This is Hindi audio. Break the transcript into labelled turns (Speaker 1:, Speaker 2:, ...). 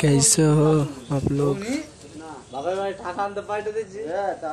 Speaker 1: कैसे हो आप लोग
Speaker 2: বাপের বাড়ি টাকা আনতে পাঠিয়ে দিচ্ছি